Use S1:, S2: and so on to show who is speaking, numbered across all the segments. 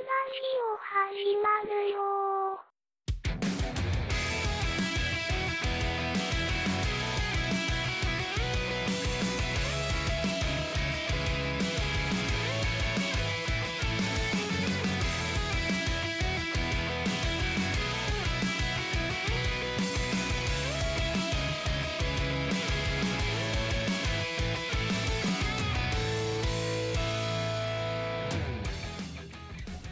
S1: チラシを始まるよ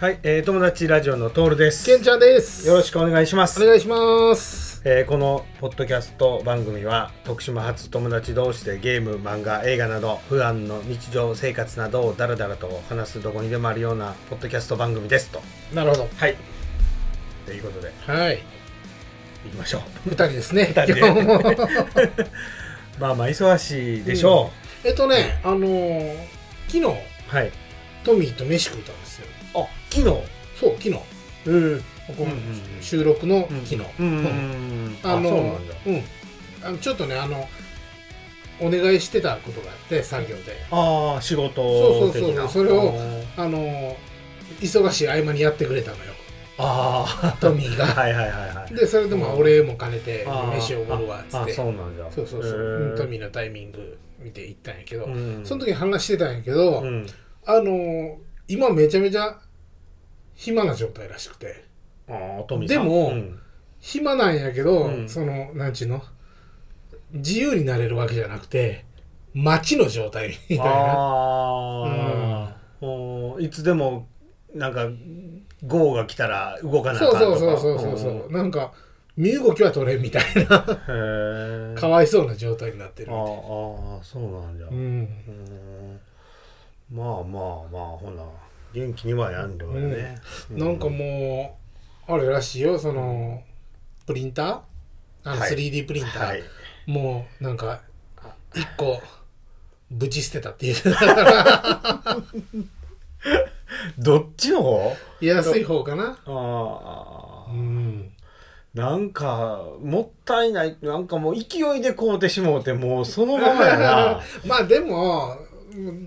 S2: はい、えー、友達ラジオのトールです。
S3: けんちゃんです。
S2: よろしくお願いします。
S3: お願いします。
S2: えーこのポッドキャスト番組は徳島発友達同士でゲーム漫画映画など普段の日常生活などをダラダラと話すどこにでもあるようなポッドキャスト番組ですと
S3: なるほ
S2: はいということで
S3: ど。はい。
S2: いきましょう
S3: 二人ですね。
S2: 二人で
S3: 今日も
S2: まあまあ忙しいでしょ
S3: えっとね、あのー昨日、
S2: う、はい
S3: トミーと飯食ったんですよ。
S2: あ昨日
S3: そう、昨日。うん。ここ、
S2: うんうんうん
S3: 収録の昨日。
S2: うんうんうん
S3: あ
S2: あ
S3: のー
S2: そうなんだ
S3: うんあのちょっとね、あの、お願いしてたことがあって、作業で。
S2: ああ仕事的な
S3: そうそうそうそれをあのー忙しい合間にやってくれたのよ。
S2: あ
S3: トミー
S2: あ
S3: が。
S2: はいはいはいはい
S3: で、それでも、俺も兼ねて、
S2: あー
S3: 飯をおごるわ、つっ
S2: あ
S3: て。
S2: そうなんだ
S3: そうそうそう、
S2: へー
S3: トミーのタイミング見て行ったんやけど、
S2: うん
S3: その時話してたんやけど、
S2: うん
S3: あのー今めちゃめちゃ暇な状態らしくて
S2: あートミーさん
S3: でも
S2: うん
S3: 暇なんやけど、
S2: うん
S3: そのなんちゅうの自由になれるわけじゃなくて待ちの状態みたいな
S2: ああ、おーいつでもなんか GO が来たら動かなあか
S3: そ
S2: ん
S3: う
S2: とか
S3: そうそうそうそうそう、
S2: ん
S3: なんか身動きは取れんみたいな
S2: へえ
S3: かわいそうな状態になってる
S2: あーあーそうなんじゃ、う、
S3: うんん
S2: まあまあまあほな元気にはやんでもね、う
S3: なんかもうあれらしいよそのプリンターあの
S2: はい
S3: 3D プリンター、
S2: はい
S3: もうなんか一個ぶち捨てたっていう
S2: どっちの方
S3: 安い方かな
S2: あ
S3: う
S2: あ
S3: ん
S2: なんかもったいないなんかもう勢いで買うてしもうてもうそのままや な
S3: まあでも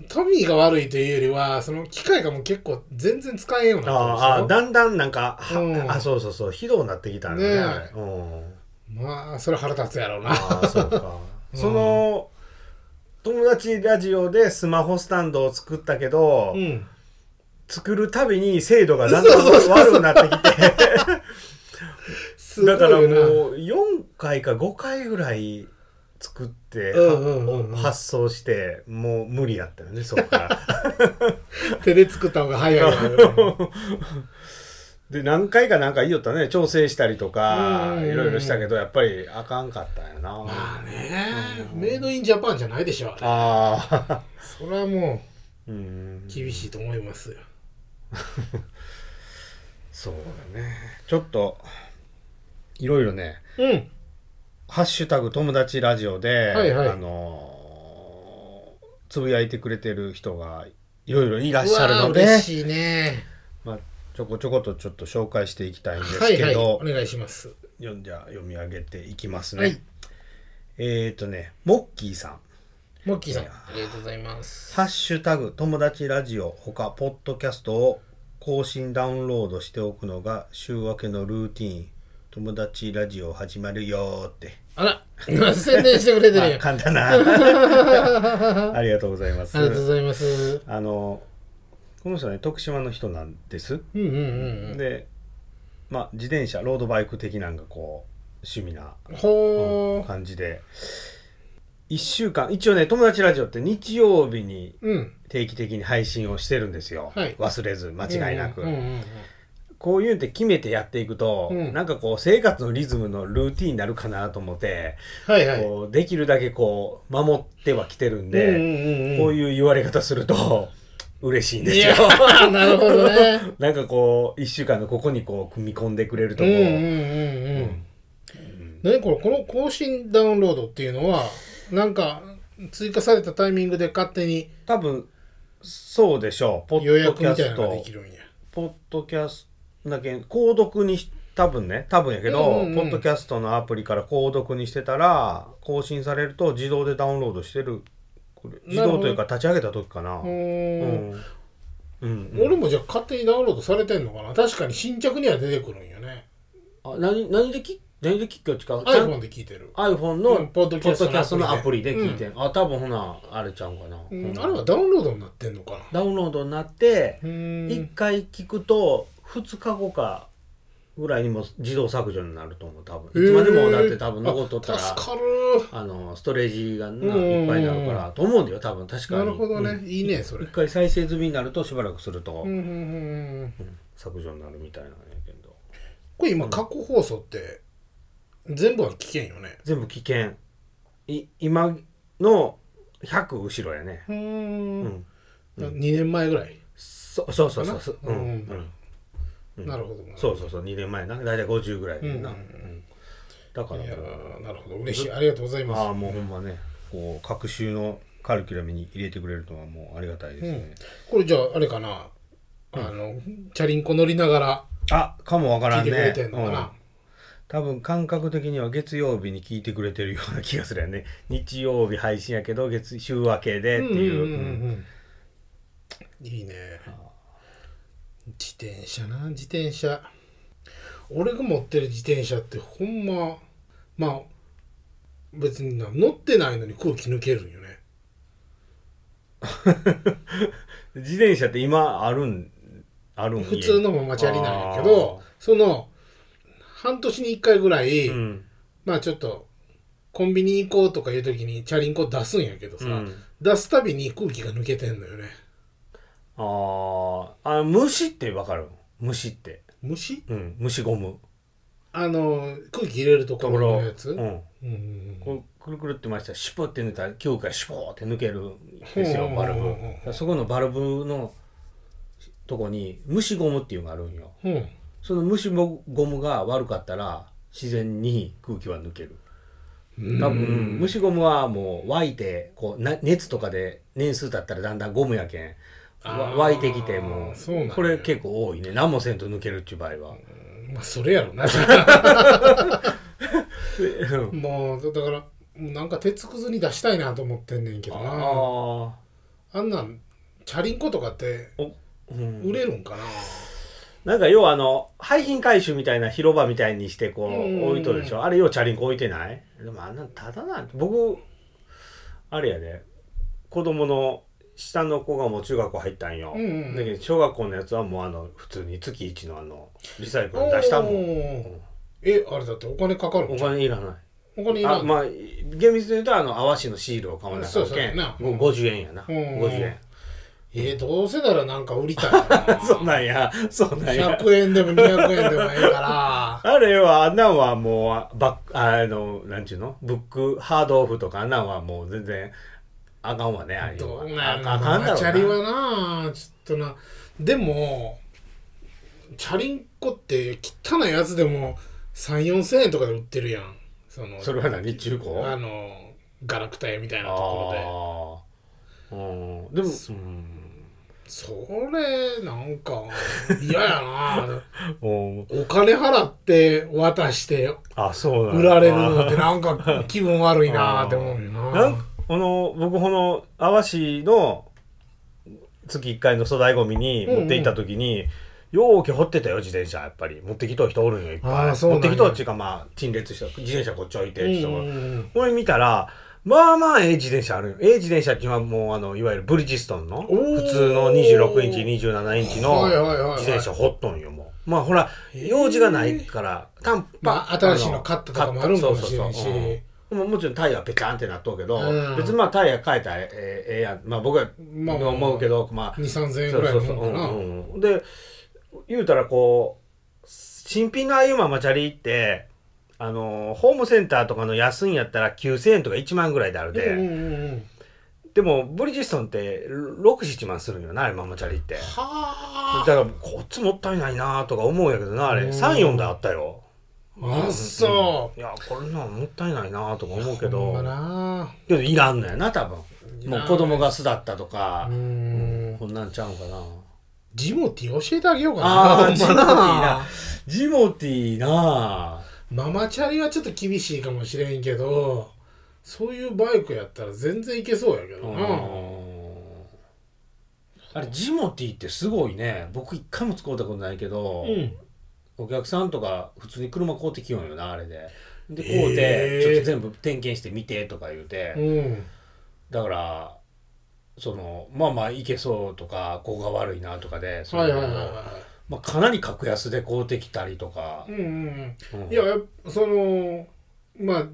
S3: トミーが悪いというよりはその機械がもう結構全然使えんように
S2: あ
S3: な
S2: ーあー
S3: ってるで
S2: だ
S3: し
S2: んだんなんか、は
S3: うん
S2: あそうそうそうひどうなってきたんだね
S3: ねえ
S2: あれうん
S3: ょまあそれ腹立つ やろうな
S2: ああそうか
S3: うん
S2: その友達ラジオでスマホスタンドを作ったけど、
S3: うん
S2: 作るたびに精度がだんだん悪くなって き
S3: す
S2: て
S3: ごい
S2: だ
S3: よ
S2: からも
S3: な
S2: う4回か5回ぐらい作って、
S3: うんうんうんうん
S2: 発送してもう無理やったよねそっから
S3: 手で作った方が早い よ
S2: で何回かなんか言いよったね調整したりと
S3: うん
S2: か
S3: うんうん
S2: いろいろしたけどやっぱりあかんかったんやな、
S3: まあねメイドインジャパンじゃないでしょあれ
S2: ああ
S3: それはも
S2: うん
S3: う厳しいと思いますよ
S2: そうだねちょっといろいろね
S3: うん
S2: 「ハッシュタグ友達ラジオで」
S3: はいはい
S2: あのーつぶやいてくれてる人がいろいろいらっしゃる
S3: うわ
S2: の
S3: ー
S2: で
S3: 嬉、しいね
S2: まあ、ちょこちょことちょっと紹介していきたいんです
S3: はいは
S2: け
S3: い
S2: ど、
S3: お願いします
S2: 読んじゃあ読み上げていきますね、
S3: はい
S2: えっ、とねモッキーさん
S3: モッキーさん、ありがとうございます。
S2: ハッシュタグ友達ラジオほかポッドキャストを更新ダウンロードしておくのが週明けのルーティン友達ラジオ始まるよーって、
S3: あら、宣伝してくれて
S2: ま
S3: る
S2: あ
S3: よ。
S2: 簡単な ありがとうございます
S3: ありがとうございます。
S2: あのこの人はね徳島の人なんです、
S3: うんうんうん
S2: でまあ自転車ロードバイク的なんかこう趣味な
S3: うん。ほ
S2: 感じで1週間一応ね友達ラジオって日曜日に
S3: う。うん。
S2: 定期的に配信をしてるんですよ、
S3: はい
S2: 忘れず間違いなく、
S3: うんうんうん
S2: こういうのって決めてやっていくと、
S3: うん
S2: なんかこう生活のリズムのルーティンになるかなと思って、
S3: はいはい。
S2: こうできるだけこう守ってはきてるん
S3: うん
S2: で、
S3: うんうん
S2: こういう言われ方すると 嬉しいんです
S3: い
S2: よ
S3: や。ーなるほどね。
S2: なんかこう1週間のここにこう組み込ん でくれる
S3: う
S2: と
S3: ん
S2: こ
S3: う
S2: うん
S3: うんうん。何これ、この更新ダウンロードっていうのは、なんか、追加されたタイミングで勝手に
S2: 多分そうでしょうポ
S3: 予
S2: ッド
S3: 約
S2: キ
S3: み
S2: ャ
S3: たい
S2: ス
S3: なのがで
S2: ト
S3: きるんや。
S2: ポッドキャストだけ購読にし多分ね多分やけど、
S3: うんうんうん
S2: ポッドキャストのアプリから購読にしてたら更新されると自動でダウンロードしてるこれ自
S3: なるほ
S2: 動と
S3: ど
S2: いうか立ち上げた時かな
S3: ほ
S2: う
S3: ー
S2: んうんうん
S3: 俺もじゃあ勝手にダウンロードされてんのかな確かに新着には出てくるんよね
S2: あ何何でき何で聞くかっていうかちゃん
S3: iPhone で聞いてる
S2: iPhone
S3: う
S2: の
S3: ん
S2: ポ
S3: ポ
S2: ッド
S3: ッド
S2: キ
S3: キ
S2: ャ
S3: ャ
S2: ス
S3: ス
S2: ト
S3: ト
S2: のア
S3: のア
S2: プ
S3: プ
S2: リ
S3: リ
S2: で
S3: で
S2: 聞いてん、あ多分ほなあれちゃうんかな、
S3: うん
S2: ほ
S3: あれ
S2: な
S3: はダウンロードになってんのかな
S2: ダウンロードになって
S3: うー
S2: 一
S3: ん
S2: 回聞くと2日後かぐらいにも自動削除になると思う多分い
S3: へー
S2: つまでもだって多分残っとったら
S3: あ助かる
S2: あのストレージがな
S3: うん
S2: いっぱいになるからと思うんだよ多分確かに
S3: なるほどね、
S2: うん
S3: いいねそれ
S2: 一回再生済みになるとしばらくすると、
S3: うんうんうんうん
S2: うん削除になるみたいなんやけど
S3: これ今過去放送って全部は聞けんよね
S2: 全部危険い今の100後ろやね、
S3: う
S2: うんん、
S3: 2年前ぐらい、
S2: そそうそうそうそう
S3: かな
S2: うん
S3: うん
S2: うんうん
S3: なるほどな
S2: そうそうそう2年前な大体50ぐらいでな、
S3: うん
S2: うんだから
S3: いや
S2: もう
S3: ーなるほど嬉しいありがとうございます
S2: ああもうほんまねこう各週のカリキュラムに入れてくれるのはもうありがたいですね、
S3: これじゃああれかなあの、チャリンコ乗りながら
S2: あかもわから
S3: 聞
S2: ん
S3: いて
S2: ね
S3: くれてんのか
S2: うん
S3: な、
S2: 多分感覚的には月曜日に聞いてくれてるような気がするよね日曜日配信やけど月週明けで
S3: う
S2: っ
S3: ん
S2: ていう,うん、
S3: んんうんいいね自転車な自転車俺が持ってる自転車ってほんままあ別にな乗ってないのに空気抜けるんよね
S2: 自転車って今あるんあるん
S3: 普通のままチャリなんやけど
S2: あー
S3: その半年に1回ぐらい、
S2: 家うん
S3: まあちょっとコンビニ行こうとかいう時にチャリンコ出すんやけどさ、
S2: うん
S3: 出すたびに空気が抜けてんのよね
S2: あーあ虫ってわかる虫って、
S3: 虫
S2: うん、虫ゴム
S3: あの空気入れるところのやつ、
S2: う
S3: うん
S2: ん、
S3: うんうん
S2: こうくるくるってましたらシュポって抜いたら9回シュポって抜けるんですよ
S3: ほう
S2: バル
S3: ほうほうほ
S2: ブそこのバルブのとこに虫ゴムっていうのがあるんよ
S3: うん、
S2: その虫ゴムが悪かったら自然に空気は抜ける多分虫ゴムはもう湧いてこうな熱とかで年数経ったらだんだんゴムやけんわ
S3: あー
S2: 湧いてきても
S3: そうなんや
S2: これ結構多いね何もせんと抜けるっていう場合は、
S3: まあそれや ろな
S2: うん
S3: もうだからもうなんか鉄くずに出したいなと思ってんねんけど
S2: あ
S3: なあ
S2: あ
S3: んなんチャリンコとかって
S2: おうん
S3: 売れるんかな、
S2: なんか要はあの廃品回収みたいな広場みたいにしてこ
S3: うん
S2: う置いとるでしょあれようチャリンコ置いてないでもあんなんただなんて僕あれやで子供の下の子がもう中学校入ったんよ、
S3: うんうん
S2: だけど小学校のやつはもうあの普通に月一のあのリサイクルに出したも
S3: お
S2: ん、
S3: ー
S2: うん
S3: えあれだってお金かかる
S2: お
S3: んじゃん
S2: 金いらない
S3: お金いら
S2: あ
S3: ん
S2: まあ厳密に言うとあの淡路のシールを買わなきゃ
S3: そ
S2: いう
S3: そう
S2: け
S3: や
S2: ん
S3: な
S2: もう50円やな、
S3: うん
S2: 50円
S3: えーどうせならなんか売りたいな
S2: そうなんやそうなんや
S3: 100円でも200円でもええか
S2: あれは、あんなんはもう、バック、あの、なんちゅうのブック、ハードオフとか、あんなんはもう全然、あかんわね、ああい
S3: ら
S2: うの
S3: ど
S2: は
S3: うなん
S2: あ
S3: や
S2: あかんだ
S3: ろチャリ
S2: ろうな。
S3: はなちょっとなでもチャリンコって汚いやつでも34000円とかで売ってるやんその
S2: それは何中古
S3: あのガラクタ屋みたいなとこ
S2: ああ。
S3: ろ
S2: うん。でも、うん。
S3: でそれなんか嫌やな
S2: お
S3: お金払って渡して
S2: あ、そうなん
S3: 売られるのってなんか気分悪いなって思うよ
S2: あー
S3: な
S2: なんこの、僕、この、淡路の、月1回の粗大ゴミに持っていったときに、ようけ掘ってたよ、自転車、やっぱり。持ってきとる人おるんよ、いっぱ
S3: あ
S2: い。
S3: ーそう
S2: 持
S3: な
S2: っ
S3: ん
S2: て
S3: や
S2: きとるっていうか、まあ、陳列した、自転車こっち置いてる人が
S3: うんうんうん
S2: これ見たら、まあまあええ自転車あるよ。ええ自転車っていうのはもうあの、いわゆるブリヂストンの、
S3: おー
S2: 普通の26インチ、27インチの
S3: はいはいはいはい
S2: 自転車ほっとんよ、もう。まあほら、用事がないから、短波
S3: まあ新しいの買ったとかもあるんかもしれんし
S2: そうそうそううんもうもちろんタイヤはペチャンってなっとうけど、
S3: うん
S2: 別にまあタイヤ変えたらええええやん。まあ僕は
S3: まあ
S2: 思うけど、まあ、
S3: 2 3 0 0円ぐらいのもんかな
S2: そうそうそううんうんうんで言うたらこう新品のああいうママチャリってあのーホームセンターとかの安いんやったら9,000円とか1万ぐらいであるで、
S3: うんうんうんうん
S2: でもブリヂストンって67万するんよなあれママチャリってだ
S3: は
S2: からこっちもったいないなとか思うんやけどなあれ
S3: うん
S2: 34であったよ、
S3: あっそう
S2: んいやこれなもったいないなとか思うけ
S3: ほんま
S2: ど
S3: な
S2: けどいらんのやな多分
S3: い
S2: も
S3: ら
S2: うん子供が巣だったとか
S3: う、ん
S2: こんなんちゃうんかな
S3: ジモティー教えてあげようかな
S2: ああ、ジモティ
S3: ほんま
S2: な。 ジモティな。
S3: ママチャリはちょっと厳しいかもしれんけどそういうバイクやったら全然いけそうやけ
S2: う
S3: どな、
S2: んあれジモティってすごいね僕一回も使うたことないけど、
S3: うん
S2: お客さんとか普通に車買うてきよんよなあれでで
S3: へー
S2: 買うてちょっと全部点検して見てとか言うて、
S3: うん
S2: だからそのまあまあいけそうとかここが悪いなとかでその
S3: はいはいはいは
S2: まあ、かなり格安で買うてきたりとか
S3: い、うんうんうん
S2: うん
S3: いややっぱそのまあ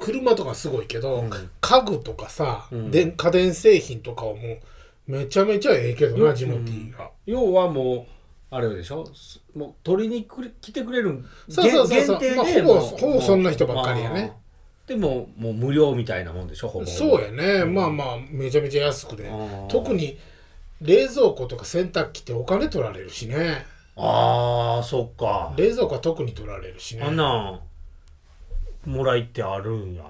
S3: 車とかすごいけど、
S2: うん
S3: 家具とかさ、
S2: うん
S3: で家電製品とかはもうめちゃめちゃええけど
S2: う
S3: なんジモティが、
S2: 要はもうあれでしょすもう取りにくれ来てくれる
S3: そうそうそうそう
S2: 限
S3: まあ
S2: 定で、
S3: ほぼ
S2: もう
S3: ほぼそんな人ばっかりやね
S2: あーでももう無料みたいなもんでしょほぼ
S3: そうやね、
S2: ん
S3: まあまあめちゃめちゃ安くで、
S2: あー
S3: 特に冷蔵庫とか洗濯機ってお金取られるしね
S2: ああそっか
S3: 冷蔵庫は特に取られるしね
S2: あんなんもらいってあるんや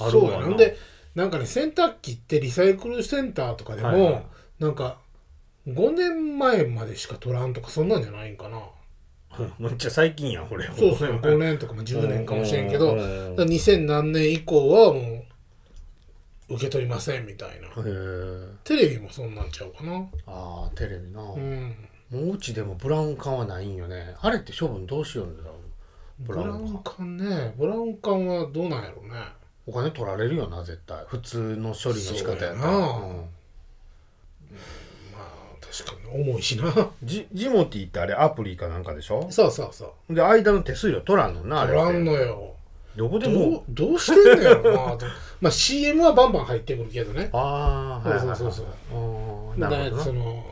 S2: ある
S3: そう
S2: わ
S3: や
S2: な
S3: なんでなんかね洗濯機ってリサイクルセンターとかでも、
S2: はいはい
S3: なんか5年前までしか取らんとかそんなんじゃないんかな
S2: めっちゃ最近やんこれ
S3: そうそう5年とかも10年かもしれんけ
S2: う
S3: ど
S2: ん
S3: だか
S2: うん
S3: ら
S2: へ
S3: 2000何年以降はもう受け取りませんみたいな
S2: え
S3: テレビもそんなんちゃうかな
S2: ああテレビな、
S3: う
S2: も
S3: ん
S2: ううちでもブラウン管はないんよねあれって処分どうしようんだろう
S3: ブ
S2: ブラ
S3: ラ
S2: ウン
S3: ウ
S2: 管
S3: ン管ねブラウン管はどうなんやろうね
S2: お金取られるよな絶対普通の処理の仕方やった
S3: そうや
S2: ら
S3: な
S2: うん
S3: まあ確かに重いしなそ
S2: ジジモティってあれアプリかなんかでしょ
S3: う そうそう
S2: で間の手数料取らんのなあれ
S3: 取
S2: って
S3: らんのよ
S2: どこで
S3: どう
S2: も
S3: どうしてんの やろなとまあ CM はバンバン入ってくるけどね
S2: ああはいはいはい
S3: そうそうそ
S2: あ
S3: う
S2: ー
S3: だ
S2: な
S3: か
S2: るほど
S3: らその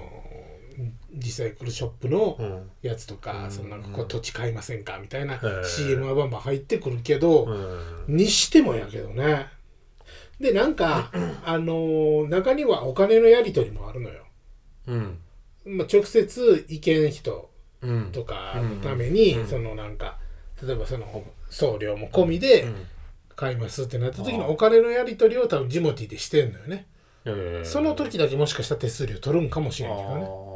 S3: リサイクルショップの
S2: なうん
S3: やつとか、
S2: うん
S3: そのなんかこう土地買いませんかみたいな
S2: ー
S3: CM はバンバン入ってくるけど、
S2: うん
S3: にしてもやけどねでなんかあのー中にはお金のやり取りもあるのよ、
S2: うん
S3: まあ、直接意見人
S2: うん
S3: とかのために、
S2: うんうん
S3: そのなんか例えばその送料も込みで
S2: うん
S3: 買いますってなった時
S2: あ
S3: の
S2: ー
S3: お金のやり取りを多分ジモティでしてんのよね
S2: えー
S3: その時だけもしかしたら手数料取るんかもしれんけどね、
S2: あー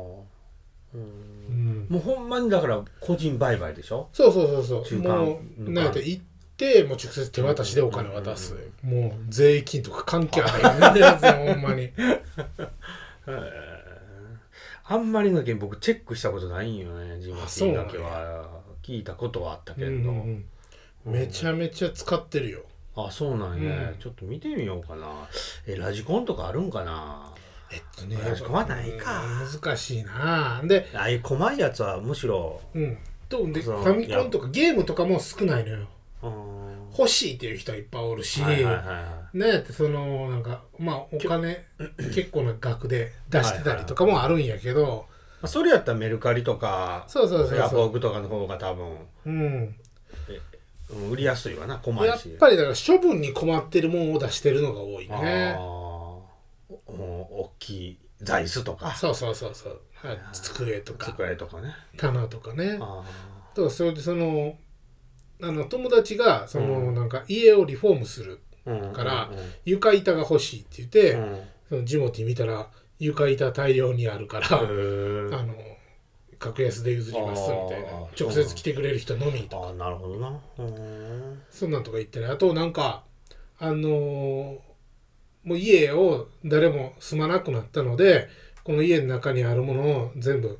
S2: う
S3: うんん、
S2: もうほんまにだから個人売買でしょ
S3: そうそうそうそう
S2: 中間
S3: もう
S2: の
S3: なんやったら行ってもう直接手渡しでお金渡す、もう税金とか関係ないよ ねやつやほんまに
S2: あんまりの件僕チェックしたことないんよねジモテ
S3: あそう
S2: ィ
S3: な
S2: だ
S3: んや
S2: けは聞いたことはあったけれ
S3: うん
S2: ど、
S3: うんうんめちゃめちゃ使ってるよ
S2: あそうなんや、
S3: うん
S2: ちょっと見てみようかなえラジコンとかあるんかな
S3: えっとね
S2: 確かまだないか
S3: うん難しいなで
S2: ああいう細いやつはむしろ
S3: うんとでフ
S2: そう
S3: ァミコンとかゲームとかも少ないのよ
S2: うーん
S3: 欲しいっていう人はいっぱいおるし、
S2: はいはいはいは
S3: なんやってそのなんかまあお金結構な額で出してたりとかもあるんやけど、
S2: いそれやったらメルカリとか
S3: そうそうそう
S2: ヤフ
S3: そ
S2: オクとかの方が多分、
S3: う、うん、
S2: うん売りやすいわな細
S3: や
S2: い
S3: っ
S2: し
S3: ぱりだから処分に困ってるもんを出してるのが多い
S2: あー
S3: ね
S2: おお大きい座椅子とか
S3: そうそうそうそうはい机とか
S2: 机とかね
S3: 棚とかねだか
S2: あ
S3: らそれでそのあの友達がその、
S2: うん
S3: なんか家をリフォームする
S2: ー
S3: だから
S2: うんうん
S3: 床板が欲しいって言って、
S2: うん
S3: そのジモティ見たら床板大量にあるから、
S2: うんへ
S3: あ
S2: ー
S3: の格安で譲りますみたいな
S2: あー
S3: 直接来てくれる人のみとか
S2: あなるほどなうーん
S3: そんなんとか言ってねあとなんかあのーもう家を誰も住まなくなったのでこの家の中にあるものを 全部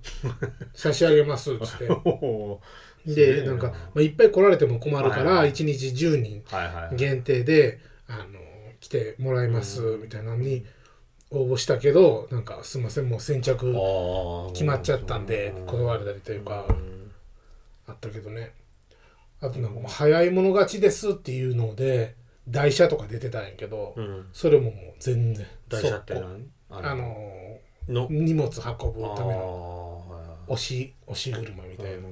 S3: 差し上げますっつっ
S2: おお
S3: て
S2: す
S3: で
S2: げえな
S3: なんか、まあ、いっぱい来られても困るか
S2: はい
S3: ら
S2: はい
S3: 1日10人
S2: はいはいはい
S3: 限定で、あのー来てもらいますみたいなのに応募したけどなんかすいませんもう先着
S2: ああ
S3: 決まっちゃったんで
S2: うん
S3: 断られたりというか
S2: うん
S3: あったけどねあとなんかもう早い者勝ちですっていうので台車とか出てたんやけど、
S2: うん
S3: それももう全然
S2: 台車って
S3: 速攻
S2: 何
S3: あの
S2: の
S3: ー荷物運ぶための
S2: あ
S3: 押し押し車みたいな、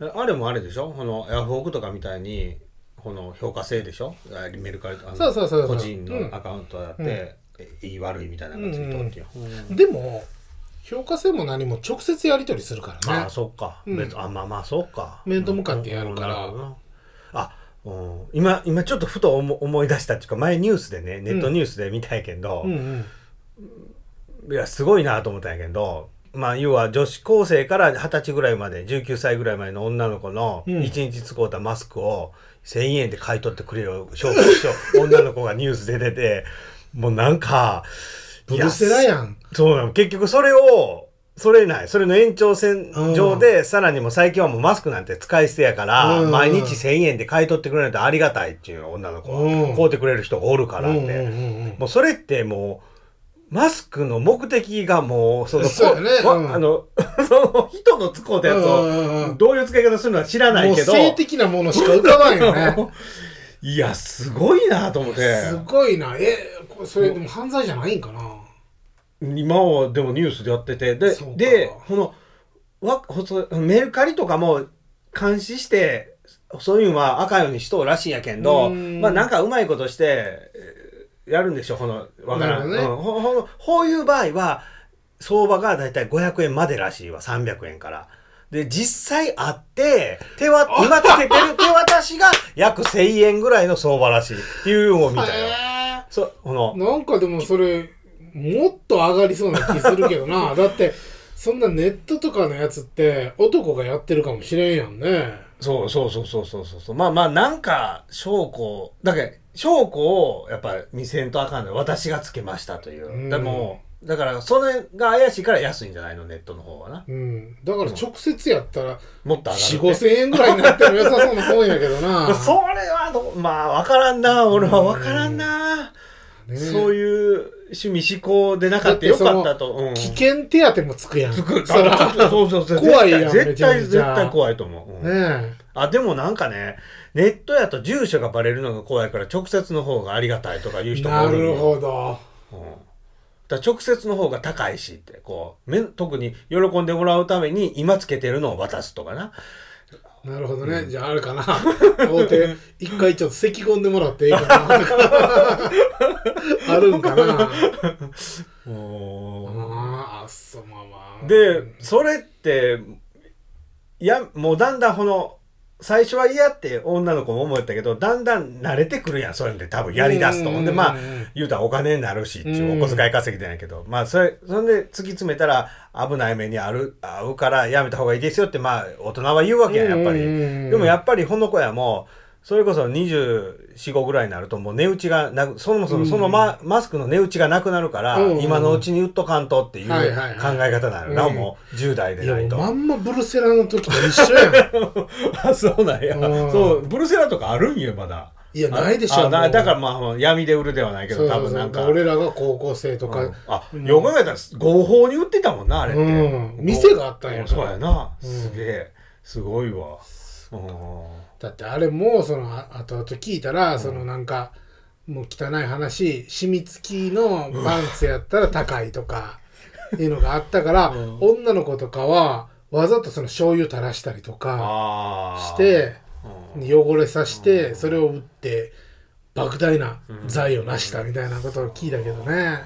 S2: ーえあれもあれでしょこのヤフオクとかみたいにこの評価制でしょあメルカリとかあの
S3: そうそうそうそ
S2: 個
S3: う
S2: 人
S3: うん
S2: のアカウントやって、いい悪いみたいなのがついとってよ、うん
S3: でも評価制も何も直接やり取りするから
S2: あ
S3: ね
S2: あそっか、
S3: うん
S2: 別あまあまあそっか
S3: 面と向かってやるから
S2: うんうんなほどなあうん、今今ちょっとふと思思い出したっていうか前ニュースでねネットニュースで見たんやけど、
S3: うんうん
S2: いや、すごいなと思ったんやけど、まあ、要は女子高生から二十歳ぐらいまで、19歳ぐらいまでの女の子の
S3: うん
S2: 1日使うたマスクを1000円で 買い取ってくれよ、紹介しよう。女の子がニュースで出てて、もうなんか、
S3: ブルセラやん。
S2: そうなの結局それをそれないそれの延長線上で、さらにもう最近はもうマスクなんて使い捨てやから、
S3: うん
S2: 毎日1000円で買い取ってくれるとありがたいっていう女の子は、
S3: うん
S2: 買うてくれる人がおるからって、
S3: うんうんうんうん
S2: もうそれってもうマスクの目的がもうその
S3: そうやね
S2: こわ
S3: うん
S2: あの その人の使うたやつ
S3: うんうんう
S2: を
S3: ん
S2: どういう使い方するのは知らな
S3: も
S2: いうけど
S3: 性的なものしか浮かばんよね。
S2: いやすごいなと思って
S3: すごいな。え、これそれでも犯罪じゃないんかな。
S2: 今はでもニュースでやっててで
S3: そうか
S2: でこのわほそメルカリとかも監視してそういうのは赤ようにしとうらしいんやけんど
S3: うん
S2: まあなんかうまいことしてえーやるんでしょこのわからん、
S3: なるほどね
S2: うんほほほこういう場合は相場がだいたい500円までらしいわ300円から。で実際あって手は今つけてる手渡しが約1,000円ぐらいの相場らしいっていうのを 見たよ。
S3: へ
S2: そこの
S3: ーなんかでもそれ、もっと上がりそうな気するけ どな。だって、そんなネットとかのやつって男がやってるかもしれんやんね。
S2: そうそうそうそうそうそうまあまあなんか証拠をだけど証拠をやっぱ見せんとあかんのよ私がつけましたという、
S3: うん
S2: でもだからそれが怪しいから安いんじゃないのネットの方はな
S3: うん。だから直接やったら、
S2: もっと
S3: 4、
S2: 上がる、ね、
S3: 5000円ぐらいになっても良さそうなもんやけどな。
S2: それはどうまあわからんな俺はわからんな、
S3: ね
S2: そういう趣味思考でなかったよかったと、うん、
S3: 危険手当もつくやん。
S2: つく
S3: そら
S2: そうそうそう
S3: 怖いやん
S2: 絶
S3: めちゃ
S2: 対
S3: めちゃ
S2: 絶対怖いと思う、うん
S3: ね
S2: あでもなんかねネットやと住所がバレるのが怖いから直接の方がありがたいとか言う
S3: え。
S2: 人も
S3: な
S2: おるんよ
S3: るほど。
S2: うん、だから直接の方が高いしってこうめ特に喜んでもらうために今つけてるのを渡すとかな
S3: なるほどね。じゃあ、あるかな。 大手、一回ちょっと咳込んでもらっていいかな。あるんかな。ああ、そう、まあまあ。
S2: でそれっていやもうだんだんこの最初は嫌って女の子も思ったけどだんだん慣れてくるやんそういうので多分やりだすと
S3: うん
S2: ほんでまあ言うたらお金になるしっていううんお小遣い稼ぎじゃないけどまあそれそんで突き詰めたら危ない目にある合うからやめた方がいいですよってまあ大人は言うわけやんやっぱり。でもや
S3: っ
S2: っぱりほの子やもそれこそ245ぐらいになるともう値打ちがなくそもそもそのマ,、マスクの値打ちがなくなるから、
S3: うんうん
S2: 今のうちに売っとかんとっていう考
S3: はい
S2: え
S3: はい
S2: 方なのな、
S3: うん
S2: もう10代で
S3: いや
S2: な
S3: も
S2: いうと、
S3: まんまブルセラの時と一緒やん。
S2: あ そうなんや、
S3: うん
S2: そうブルセラとかあるんよまだ
S3: いやないでしょ
S2: あな
S3: もう
S2: だからまあまあ闇で売るではないけど
S3: そうそ
S2: 多
S3: う
S2: 分
S3: そ
S2: なん
S3: う
S2: か
S3: 俺らが高校生と
S2: うん
S3: か、
S2: あ、
S3: うん
S2: よく考えたら合法に売ってたもんなあれって、
S3: うん店があったんや
S2: う
S3: から
S2: そうやな、
S3: うん
S2: すげえすごいわうん
S3: だってあれもそのあ後々聞いたら、そのなんかもう汚い話染み付きのパンツやったら高いとかいうのがあったから、
S2: うん
S3: 女の子とかはわざとその醤油垂らしたりとか
S2: あー
S3: して
S2: うん
S3: 汚れさしてそれを打って莫大な財を成したみたいなことを聞いたけどね。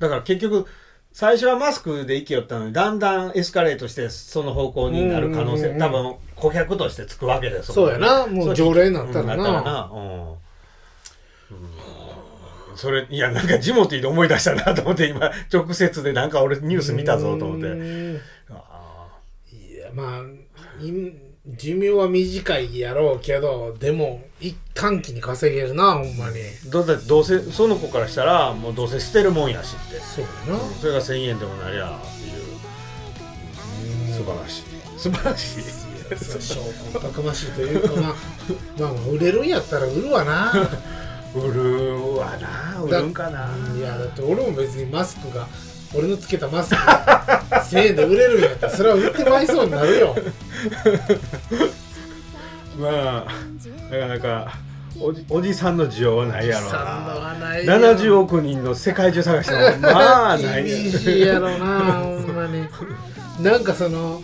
S2: だから結局最初はマスクで生きよったのにだんだんエスカレートしてその方向になる可能性、
S3: うんうんうんうん
S2: 多分顧客としてつくわけです
S3: そうやなもう常例になったらな
S2: うんうんそれいやなんかジモティーで思い出したなと思って今直接でなんか俺ニュース見たぞと思って
S3: うん
S2: あ
S3: いやまあい寿命は短いやろうけどでも一短期に稼げるなほんまに
S2: ーだってどうせその子からしたらもうどうせ捨てるもんやしって
S3: そうやな
S2: それが1000円でもなりゃっていう素晴らしい素晴らしい
S3: 証拠たくましいというかまあ まあ売れるんやったら売るわな
S2: 売るわな売るんかない
S3: やだって俺も別にマスクが俺のつけたマスクが 1000円で売れるんやったらそれは売ってまいそうになるよ
S2: まあなかなかおじおじさんの需要はないやろう
S3: 三度
S2: な
S3: はないよ
S2: 70億人の世界中探してもまあない
S3: 厳しいやろなほんまになんかその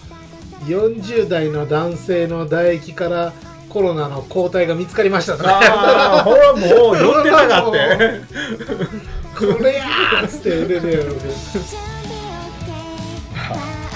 S3: 40代の男性の唾液からコロナの抗体が見つかりましたとか
S2: ああほらもう寄ってなかって
S3: これやーっつって売れるやろうけど
S1: It's gonna be okay.